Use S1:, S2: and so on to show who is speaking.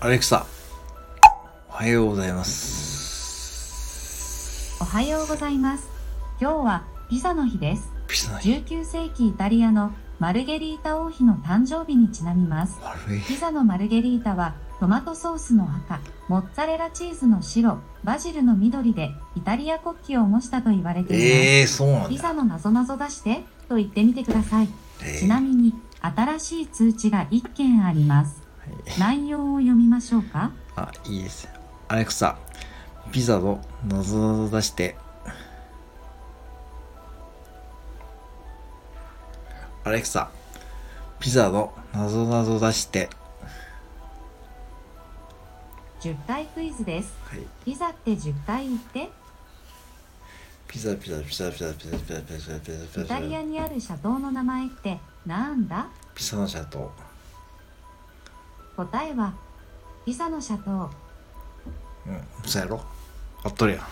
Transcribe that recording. S1: アレクサ、おはようございます。
S2: おはようございます。今日はピザの日です。
S1: ピザの日、
S2: 19世紀イタリアのマルゲリータ王妃の誕生日にちなみます。
S1: 悪い。
S2: ピザのマルゲリータはトマトソースの赤、モッツァレラチーズの白、バジルの緑でイタリア国旗を模したと言われています。
S1: ええー、そうなん
S2: ピ
S1: だ。
S2: ザのなぞなぞ出してと言ってみてください。
S1: え
S2: ちなみに新しい通知が1件あります。内容を読みましょうか。
S1: ーあ、いいです。アレクサ、ピザのなぞなぞ出して。アレクサ、ピザのなぞなぞ出して。
S2: 10回クイズです。
S1: はい。
S2: ピザって10回言って。
S1: ピザピザピザピザピザピザピザピザピザピザ
S2: イタリアにあるシャトーの名前ってなんだ
S1: ピザのシャト
S2: 答えはピザのシャト
S1: ー。
S2: ー
S1: うん、そうやろあっとるやん。